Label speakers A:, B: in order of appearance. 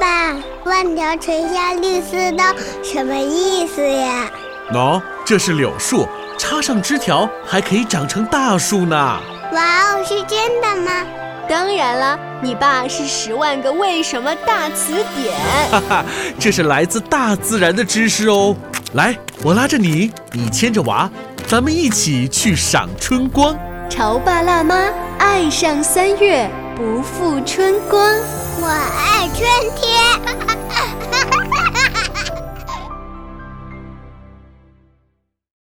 A: 爸，万条垂下绿丝刀，什么意思呀？
B: 喏、这是柳树，插上枝条还可以长成大树呢。
A: 哇哦，是真的吗？
C: 当然了，你爸是《十万个为什么》大词典。
B: 这是来自大自然的知识哦。来，我拉着你，你牵着娃，咱们一起去赏春光。
C: 潮爸辣妈爱上三月，不负春光。
A: 我爱春天。